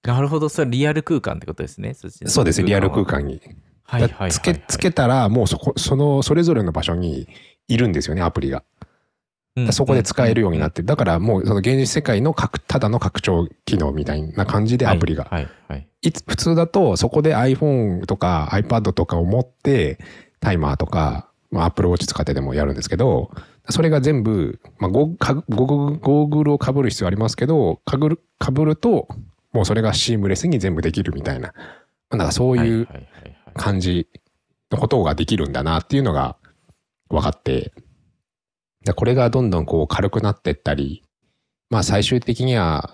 Speaker 1: なるほど、それリアル空間ってことですね。そっちの
Speaker 2: そうです、リアル空
Speaker 1: は。
Speaker 2: 間に。
Speaker 1: はいはいはいはい。
Speaker 2: つけ、つけたら、もうそこ、その、それぞれの場所にいるんですよね、アプリが。
Speaker 1: うん
Speaker 2: そこで使えるようになって、だからもうその現実世界の拡ただの拡張機能みたいな感じでアプリが。
Speaker 1: はいはい
Speaker 2: いつ普通だとそこで iPhone とか iPad とかを持ってタイマーとか、まあ、Apple Watch 使ってでもやるんですけど、それが全部、まあ、ゴーかゴーゴーグルをかぶる必要ありますけど、かぶるかぶるともうそれがシームレスに全部できるみたいな。まあなんかそう
Speaker 1: はい。
Speaker 2: いう
Speaker 1: はいはいはいはい
Speaker 2: 感じのことができるんだなっていうのが分かって、でこれがどんどんこう軽くなってったり、まあ最終的には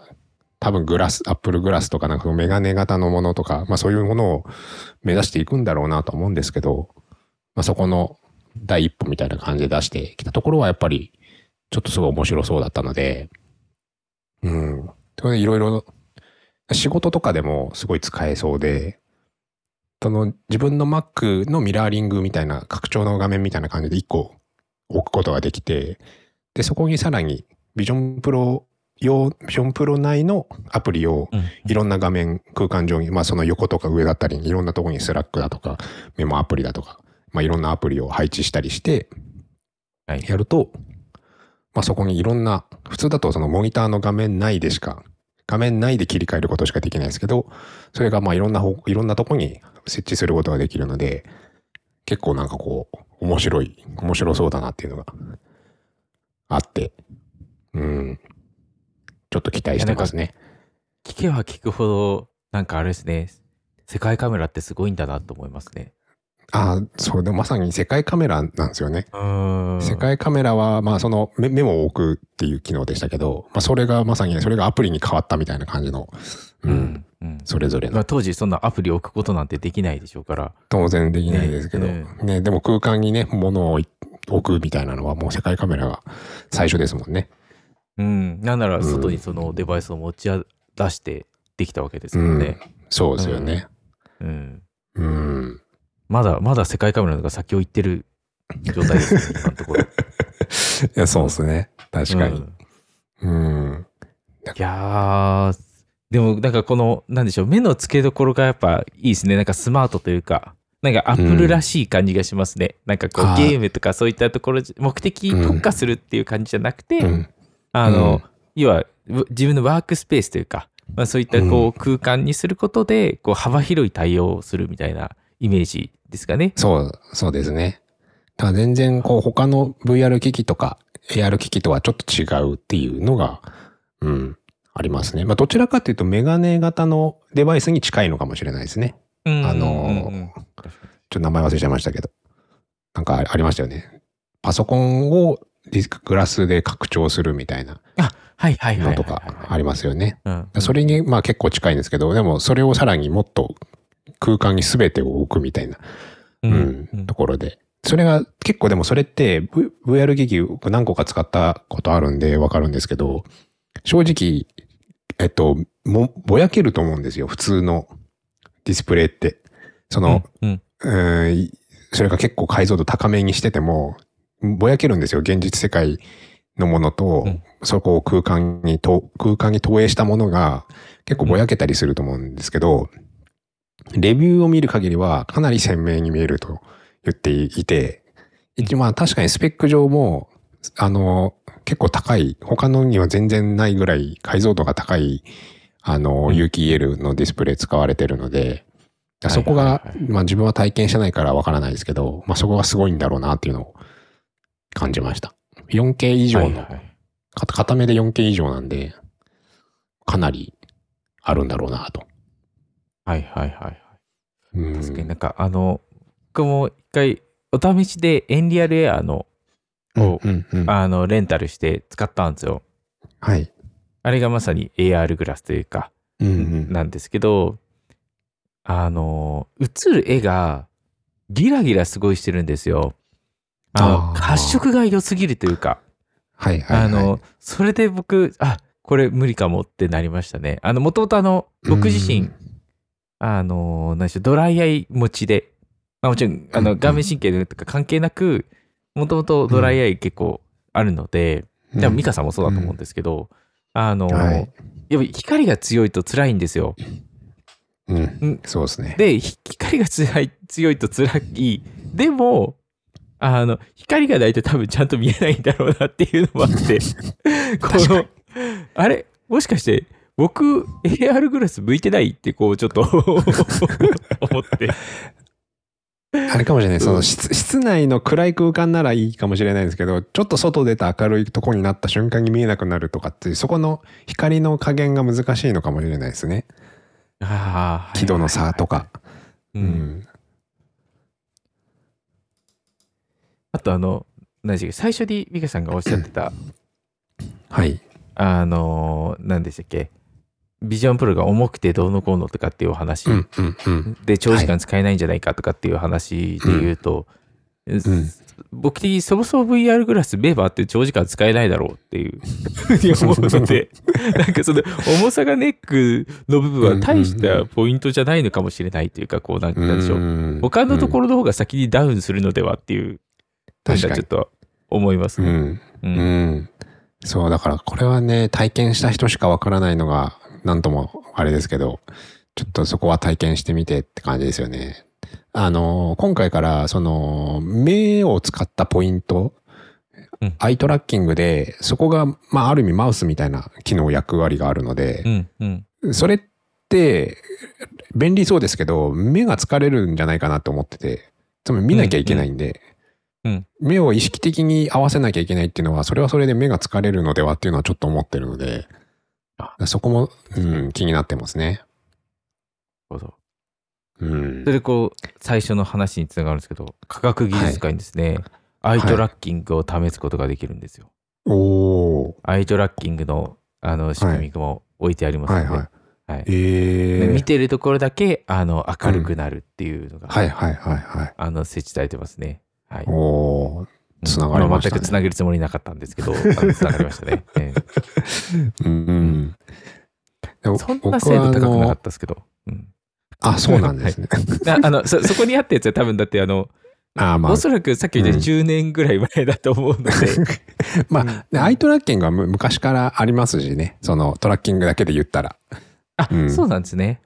Speaker 2: 多分グラス、アップルグラスとかなんかそのメガネ型のものとか、まあそういうものを目指していくんだろうなと思うんですけど、まあそこの第一歩みたいな感じで出してきたところはやっぱりちょっとすごい面白そうだったので、うん。それでいろいろ仕事とかでもすごい使えそうで、その自分の Mac のミラーリングみたいな拡張の画面みたいな感じで1個置くことができて、で、そこにさらに Vision Pro 用、4プロ内のアプリを
Speaker 1: うん
Speaker 2: いろんな画面、空間上に、まあその横とか上だったり、いろんなとこにスラックだとか、メモアプリだとか、まあいろんなアプリを配置したりして、
Speaker 1: はい
Speaker 2: やると、まあそこにいろんな、普通だとそのモニターの画面内でしか、画面内で切り替えることしかできないですけど、それがまあいろんな方、いろんなとこに設置することができるので、結構なんかこう、面白い、面白そうだなっていうのがあって、うん。ちょっと期待してますね。
Speaker 1: 聞けば聞くほど、なんかあれですね、世界カメラってすごいんだなと思いますね。
Speaker 2: ああ、そう、でもまさに世界カメラなんですよね。
Speaker 1: うーん。
Speaker 2: 世界カメラは、まあそのメメモを置くっていう機能でしたけど、まあそれがまさに、それがアプリに変わったみたいな感じの、う、
Speaker 1: うんん。うん。
Speaker 2: それぞれの
Speaker 1: まあ、当時そんなアプリ置くことなんてできないでしょうから。
Speaker 2: 当然できないですけど、ね
Speaker 1: ね
Speaker 2: でも空間にね、物を置い置くみたいなのはもう世界カメラが最初ですもんね。
Speaker 1: うん。なんな
Speaker 2: う
Speaker 1: ら
Speaker 2: ん
Speaker 1: 外にそのデバイスを持ち出してできたわけですからね。
Speaker 2: そうですよね。
Speaker 1: うん。
Speaker 2: うん。
Speaker 1: まだ、まだ世界カメラの方が先を行ってる状態ですね、今のと (laughs) ころ。
Speaker 2: いや、そうですね。確か
Speaker 1: う
Speaker 2: に。
Speaker 1: ん
Speaker 2: うん。
Speaker 1: いやー、でもなんかこの、なんでしょう、目の付けどころがやっぱいいですね。なんかスマートというか、なんかアップルらしい感じがしますね。なんかこう
Speaker 2: あー
Speaker 1: ゲームとかそういったところ、目的に特化するっていう感じじゃなくて、
Speaker 2: うん。
Speaker 1: あの、
Speaker 2: うん
Speaker 1: 要はう自分のワークスペースというか、まあ、そういったこう空間にすることで、こう幅広い対応をするみたいなイメージですかね。
Speaker 2: そう、そうですね。だから全然、こう、他の VR 機器とか AR 機器とはちょっと違うっていうのが、うん、ありますね。まあ、どちらかというと、メガネ型のデバイスに近いのかもしれないですね。
Speaker 1: うん
Speaker 2: あのー
Speaker 1: うんうん
Speaker 2: ちょっと名前忘れちゃいましたけど。なんかありましたよね。パソコンをディスクグラスで拡張するみたいな
Speaker 1: あ、はいはいはいは
Speaker 2: の
Speaker 1: い
Speaker 2: と
Speaker 1: は
Speaker 2: か
Speaker 1: いはい。
Speaker 2: ありますよね。
Speaker 1: うん
Speaker 2: それにまあ結構近いんですけど、でもそれをさらにもっと空間に全てを置くみたいな、
Speaker 1: うん
Speaker 2: うんところで。それが結構でもそれって V- VR 機器僕何個か使ったことあるんでわかるんですけど、正直、えっと、もぼやけると思うんですよ。普通のディスプレイって。その、
Speaker 1: うんうん
Speaker 2: うーんいそれが結構解像度高めにしてても、ぼやけるんですよ。現実世界のものと、
Speaker 1: うん
Speaker 2: そこを空間にと、空間に投影したものが結構ぼやけたりすると思うんですけど、レビューを見る限りはかなり鮮明に見えると言っていて、一応まあ確かにスペック上も、あの、結構高い、他のには全然ないぐらい解像度が高い、あの、
Speaker 1: うん
Speaker 2: 有機 EL のディスプレイ使われてるので、
Speaker 1: はい
Speaker 2: そこが
Speaker 1: はい、
Speaker 2: まあ自分は体験してないからわからないですけど、まあそこがすごいんだろうなっていうのを感じました。4K 以上の、
Speaker 1: はいはい
Speaker 2: か片目で 4K 以上なんで、かなりあるんだろうなと。
Speaker 1: はいはいはいはい。
Speaker 2: うん
Speaker 1: 確かになんかあの僕も一回お試しでエンリアルエアーのを
Speaker 2: うんうんうん
Speaker 1: あのレンタルして使ったんですよ。
Speaker 2: はい。
Speaker 1: あれがまさに AR グラスというか、
Speaker 2: うん
Speaker 1: なんですけどあの映る絵がギラギラすごいしてるんですよ。あの
Speaker 2: あー
Speaker 1: 発色が良すぎるというか、
Speaker 2: はいはいはい。
Speaker 1: あのそれで僕あこれ無理かもってなりましたね。あのもともとあの僕自身、
Speaker 2: うん
Speaker 1: あの、何でしょう、ドライアイ持ちで、まあもちろん、あ
Speaker 2: うんう
Speaker 1: の、
Speaker 2: ん
Speaker 1: 顔面神経とか関係なく、もともとドライアイ結構あるので、でも美香さんもそうだと思うんですけど、あの、
Speaker 2: はい
Speaker 1: やっぱ光が強いと辛いんですよ。
Speaker 2: うんうん
Speaker 1: うん
Speaker 2: そうですね。
Speaker 1: で、ひ光が強い強いと辛い。でも、あの、光がないと多分ちゃんと見えないんだろうなっていうのもあ
Speaker 2: (laughs)
Speaker 1: って、こ
Speaker 2: 確か
Speaker 1: の、あれもしかして、僕、AR グラス向いてないって、こう、ちょっと、 (laughs)
Speaker 2: (laughs)
Speaker 1: 思って。
Speaker 2: あれかもしれない。その室室内の暗い空間ならいいかもしれないんですけど、ちょっと外出た明るいとこになった瞬間に見えなくなるとかっていう、そこの光の加減が難しいのかもしれないですね。
Speaker 1: ああ、
Speaker 2: 輝度の差とか。
Speaker 1: う、
Speaker 2: うんん。
Speaker 1: あとあの何でしたっけ最初に美香さんがおっしゃってた
Speaker 2: はい。
Speaker 1: あのー何でしたっけビジョンプロが重くてどうのこうのとかっていうお話、
Speaker 2: うんうんうん。
Speaker 1: で長時間使えないんじゃないかとかっていう話で言うと、
Speaker 2: うん。
Speaker 1: 僕的にそもそも VR グラスベーバーって長時間使えないだろうって
Speaker 2: (laughs)
Speaker 1: いうふうに思うのでなんかその重さがネックの部分は大したポイントじゃないのかもしれないというかこうなんなんでしょう
Speaker 2: うん
Speaker 1: 他のところの方が先にダウンするのではっていう
Speaker 2: 確
Speaker 1: なん
Speaker 2: か
Speaker 1: かちょ
Speaker 2: に
Speaker 1: っ。と思います
Speaker 2: う
Speaker 1: ね。
Speaker 2: ん。
Speaker 1: う
Speaker 2: うんん。そう、だからこれはね、体験した人しかわからないのが、なんともあれですけど、ちょっとそこは体験してみてって感じですよね。あの、今回から、その、目を使ったポイント、
Speaker 1: うん
Speaker 2: アイトラッキングで、そこが、まあ、ある意味マウスみたいな機能役割があるので
Speaker 1: う、んうん
Speaker 2: それって、便利そうですけど、目が疲れるんじゃないかなと思ってて、つまり見なきゃいけないんで、
Speaker 1: うんうん
Speaker 2: 目を意識的に合わせなきゃいけないっていうのは、それはそれで目が疲れるのではっていうのはちょっと思ってるので
Speaker 1: あ、
Speaker 2: そこも、うん、気になってますね。
Speaker 1: そうそう
Speaker 2: うん
Speaker 1: それ。でこう最初の話につながるんですけど科学技術界にですね、アイトラッキングを試すことができるんですよ、
Speaker 2: おー。
Speaker 1: アイトラッキングのあの仕組みも置いてありますの
Speaker 2: は
Speaker 1: で,、
Speaker 2: い
Speaker 1: はい
Speaker 2: はい。え
Speaker 1: で
Speaker 2: ー。
Speaker 1: 見てるところだけあの明るくなるっていうのが、
Speaker 2: はいはいはいはい。
Speaker 1: あの設置されてますね。はい、
Speaker 2: おー。繋がりました
Speaker 1: あ
Speaker 2: ね
Speaker 1: 全くつなげるつもりなかったんですけ
Speaker 2: (laughs)
Speaker 1: ど、つながりましたね。え
Speaker 2: うん。で
Speaker 1: え
Speaker 2: も
Speaker 1: そんな精度高くなかったですけど。うん
Speaker 2: 僕はあのあ、そうなんですね。
Speaker 1: なあのそそこにあったやつは多分だってあの、
Speaker 2: (laughs) あーまあ
Speaker 1: お、そらくさっき言った10年ぐらい前だと思うので、
Speaker 2: (laughs) まあ、
Speaker 1: うん
Speaker 2: でアイトラッキングはむ昔からありますしね。そのトラッキングだけで言ったら。
Speaker 1: あ、
Speaker 2: うん
Speaker 1: そうなんですね。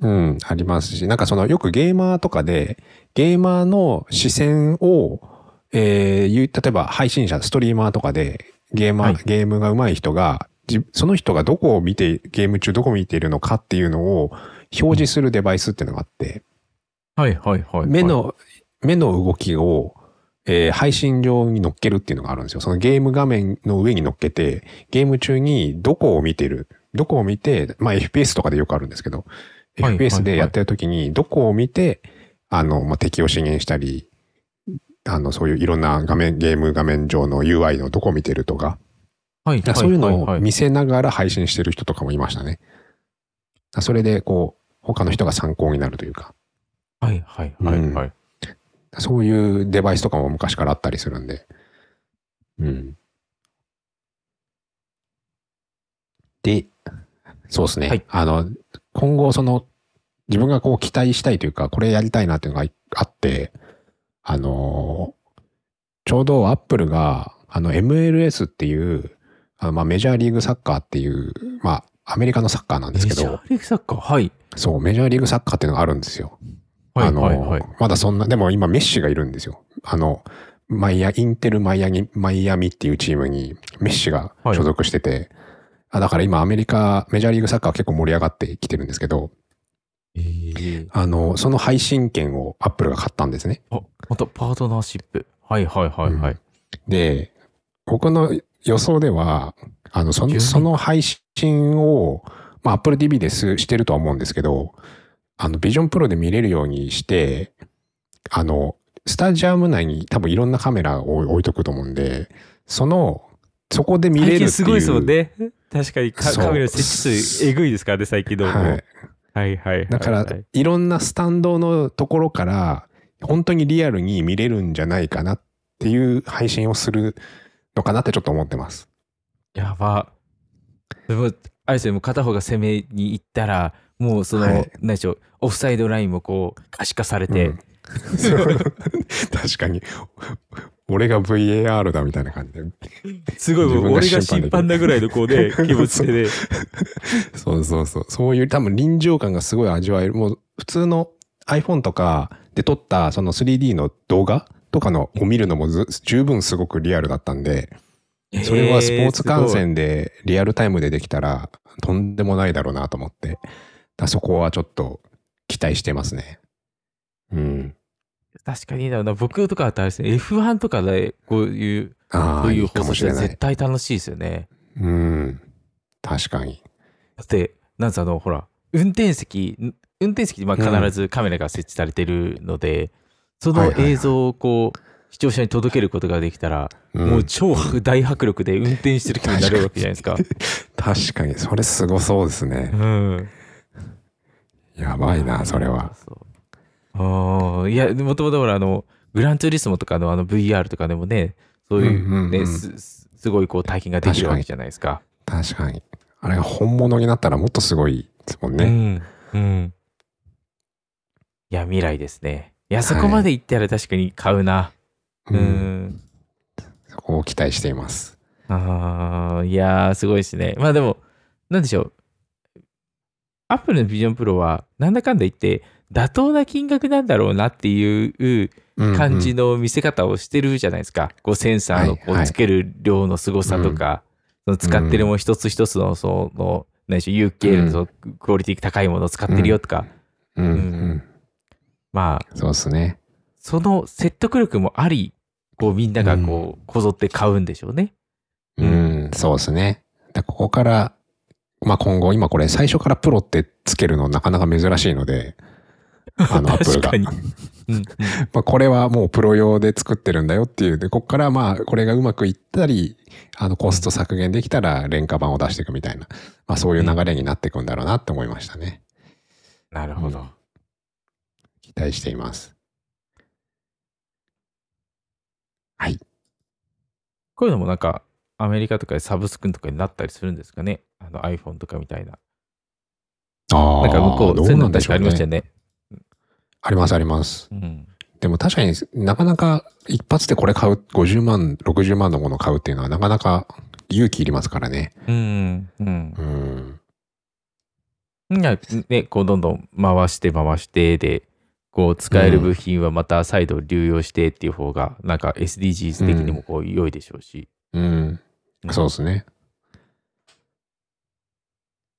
Speaker 2: うん、ありますし。なんかそのよくゲーマーとかで、ゲーマーの視線を、えーゆ例えば配信者、ストリーマーとかで、ゲーマー、
Speaker 1: はい
Speaker 2: ゲームが上手い人が、じその人がどこを見て、ゲーム中どこを見ているのかっていうのを表示するデバイスっていうのがあって、
Speaker 1: はいはいはい、
Speaker 2: 目の、目の動きを、えー配信上に乗っけるっていうのがあるんですよ。そのゲーム画面の上に乗っけて、ゲーム中にどこを見てる、どこを見て、まあ FPS とかでよくあるんですけど、
Speaker 1: はい
Speaker 2: FPS でやってる時にどこを見て、あの、まあ、敵を支援したり、あの、そういういろんな画面、ゲーム画面上の UI のどこを見てるとか、
Speaker 1: はい
Speaker 2: だからそういうの
Speaker 1: は
Speaker 2: を
Speaker 1: いはい
Speaker 2: 見せながら配信してる人とかもいましたね。だからそれで、こう、他の人が参考になるというか。
Speaker 1: はいはいはいはいはい。
Speaker 2: そういうデバイスとかも昔からあったりするんで。うん。で、そうですね。
Speaker 1: はい
Speaker 2: あの、今後その、自分がこう期待したいというか、これやりたいなっていうのがあって、あのーちょうどアップルが、あの MLS っていう、あのまあメジャーリーグサッカーっていう、まあアメリカのサッカーなん
Speaker 1: メ
Speaker 2: です
Speaker 1: ジ
Speaker 2: け
Speaker 1: ャ
Speaker 2: ど、
Speaker 1: ーリーグサッカー、はい。
Speaker 2: そう、メジャーリーグサッカーっていうのがあるんですよ。
Speaker 1: は
Speaker 2: あ
Speaker 1: い
Speaker 2: の、
Speaker 1: はいはい。
Speaker 2: まだそんな、でも今メッシがいるんですよ。あの、マイア、インテルマイアミ、マイアミっていうチームにメッシが所属してて、あだから今アメリカ、メジャーリーグサッカーは結構盛り上がってきてるんですけど、
Speaker 1: えー、
Speaker 2: あの、その配信権をアップルが買ったんですね。
Speaker 1: あまたパートナーシップ。はいはいはいはい。
Speaker 2: で、僕の予想では、あの、そ
Speaker 1: 急
Speaker 2: の
Speaker 1: に
Speaker 2: その配信を、まあ、Apple TV ですしてるとは思うんですけど、あの、Vision Pro で見れるようにして、あの、スタジアム内に多分いろんなカメラを置いとくと思うんで、その、そこで見れるっていう。
Speaker 1: すごいですもんね。確かにカ
Speaker 2: そう
Speaker 1: カメラの設置数えぐいですからね、最近どうも。
Speaker 2: はい。
Speaker 1: はいはいはい。
Speaker 2: だから
Speaker 1: はい、
Speaker 2: いろんなスタンドのところから、本当にリアルに見れるんじゃないかなっていう配信をするのかなってちょっと思ってます。
Speaker 1: やば。でも、あれですよ、もう片方が攻めに行ったら、もうその、
Speaker 2: はい
Speaker 1: 何でしょう、オフサイドラインもこう、可視化されて、
Speaker 2: うんそう (laughs) 確かに。俺が VAR だみたいな感じで。
Speaker 1: すごいもう、俺が
Speaker 2: 自分が審
Speaker 1: 審
Speaker 2: 判
Speaker 1: 判
Speaker 2: で
Speaker 1: だぐらいのこうね、
Speaker 2: (laughs)
Speaker 1: 気持ちでね。
Speaker 2: そうそうそう。そういう多分臨場感がすごい味わえる。もう普通の iPhone とかで撮ったその 3D の動画とかのを見るのもず十分すごくリアルだったんで、それはスポーツ観戦でリアルタイムでできたらとんでもないだろうなと思って、だからそこはちょっと期待してますね。うん。
Speaker 1: えー。すごい確かにだよな、僕とかだったらですね、F1 とかで、こういう、
Speaker 2: あ
Speaker 1: こ
Speaker 2: あ、
Speaker 1: うい
Speaker 2: いうい
Speaker 1: 放
Speaker 2: か
Speaker 1: 送
Speaker 2: も
Speaker 1: し
Speaker 2: したれ
Speaker 1: ら
Speaker 2: な
Speaker 1: 絶
Speaker 2: い。
Speaker 1: 対楽しいですよね。
Speaker 2: うん。確かに。
Speaker 1: だって、なんつうの、ほら、運転席、ん運転席にまあ
Speaker 2: うん
Speaker 1: 必ずカメラが設置されてるので、そ
Speaker 2: はい
Speaker 1: の
Speaker 2: はいはい
Speaker 1: 映像をこう、視聴者に届けることができたら、
Speaker 2: うん
Speaker 1: もう超大迫力で運転してる気になるわけじゃないですか。
Speaker 2: (laughs) 確かに、それすごそうですね。
Speaker 1: うん。
Speaker 2: やばいな、それは。
Speaker 1: そうそう。ああ、いや、もともとほら、あの、グランツーリスモとかのあの VR とかでもね、そういう、ね
Speaker 2: うんうんうん
Speaker 1: す、すすごいこう体験ができるわけじゃないですか。
Speaker 2: 確かに。あれが本物になったらもっとすごいですもんね。
Speaker 1: うん。うん。いや、未来ですね。いや、そこまで行ったら確かに買うな。
Speaker 2: う。
Speaker 1: うんん。
Speaker 2: そこを期待しています。
Speaker 1: あーいやー、すごいですね。まあでも、なんでしょう。アップルのビジョンプロは、なんだかんだ言って、妥当な金額なんだろうなっていう
Speaker 2: うん
Speaker 1: 感じの見せ方をしてるじゃないですか。こうセンサーのこ
Speaker 2: はいは
Speaker 1: う
Speaker 2: い
Speaker 1: つける量の凄さとか、その使ってるもの一つ一つの、その、何でしょう、UKL のクオリティ高いものを使ってるよとか、
Speaker 2: うんうん
Speaker 1: うんまあ、
Speaker 2: そうですね。
Speaker 1: その説得力もあり、こうみんながこう、こぞって買うんでしょうね。
Speaker 2: う、
Speaker 1: うん
Speaker 2: そうですね。だここから、まあ、今後、今これ最初からプロってつけるのなかなか珍しいので、あの、アップ
Speaker 1: 確
Speaker 2: ルが
Speaker 1: か。に。うん
Speaker 2: まあ、これはもうプロ用で作ってるんだよっていう。で、ここからまあ、これがうまくいったり、あの、コスト削減できたら廉価版を出していくみたいな、まあ、そういう流れになっていくんだろうなって思いましたね。
Speaker 1: なる
Speaker 2: な
Speaker 1: ほど。。
Speaker 2: 期待しています。
Speaker 1: こういうのもなんか、アメリカとかでサブスクとかになったりするんですかね。あの iPhone とかみたいな。
Speaker 2: ああ
Speaker 1: なんか向こう、
Speaker 2: ど
Speaker 1: そういうう
Speaker 2: な
Speaker 1: の
Speaker 2: んで
Speaker 1: 確
Speaker 2: し
Speaker 1: か
Speaker 2: ょ
Speaker 1: あ
Speaker 2: う
Speaker 1: りましたよ
Speaker 2: ね。
Speaker 1: ね。
Speaker 2: あります、あります。
Speaker 1: うん。
Speaker 2: でも確かになかなか一発でこれ買う、50万、60万のものを買うっていうのはなかなか勇気いりますからね。
Speaker 1: うん。うん
Speaker 2: う。ん。
Speaker 1: いやね、こう、どんどん回して回してで、こう、使える部品はまた再度流用してっていう方が、なんか SDGs 的にもこう、良いでしょうし。
Speaker 2: うん。そ
Speaker 1: う
Speaker 2: うで
Speaker 1: ん。
Speaker 2: すね。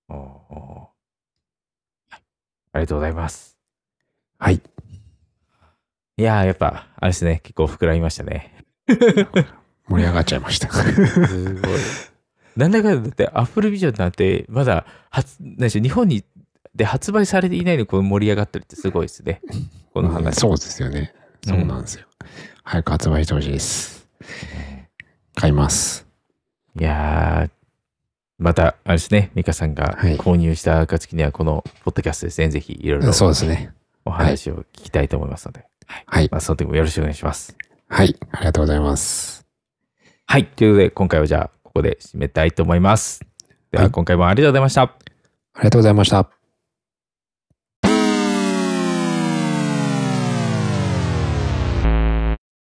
Speaker 1: あーはいありがとうございます。
Speaker 2: はい。
Speaker 1: いやー、やっぱ、あれですね、結構膨らみましたね。
Speaker 2: 盛り上がっちゃいました。
Speaker 1: すごい。なんだかんだだって、アップルビジョンなんて、まだ発、何でしょう、日本にで発売されていないのにこう盛り上がってるってすごいですね。この
Speaker 2: うん
Speaker 1: 話。
Speaker 2: そうですよね。そうなんですよ。早く発売してほしいです。買います。
Speaker 1: いやー、また、あれですね、ミカさんが
Speaker 2: はい
Speaker 1: 購入した暁には、このポッドキャストですね、ぜひいろいろ
Speaker 2: そうですね。
Speaker 1: お話を聞きたいと思いますので、
Speaker 2: はい。
Speaker 1: まあ、その時もよろしくお願いします。
Speaker 2: はい。ありがとうございます。
Speaker 1: はい、ということで、今回はじゃあ、ここで締めたいと思います。で
Speaker 2: は
Speaker 1: は、
Speaker 2: い
Speaker 1: 今回もありがとうございました。
Speaker 2: ありがとうございました。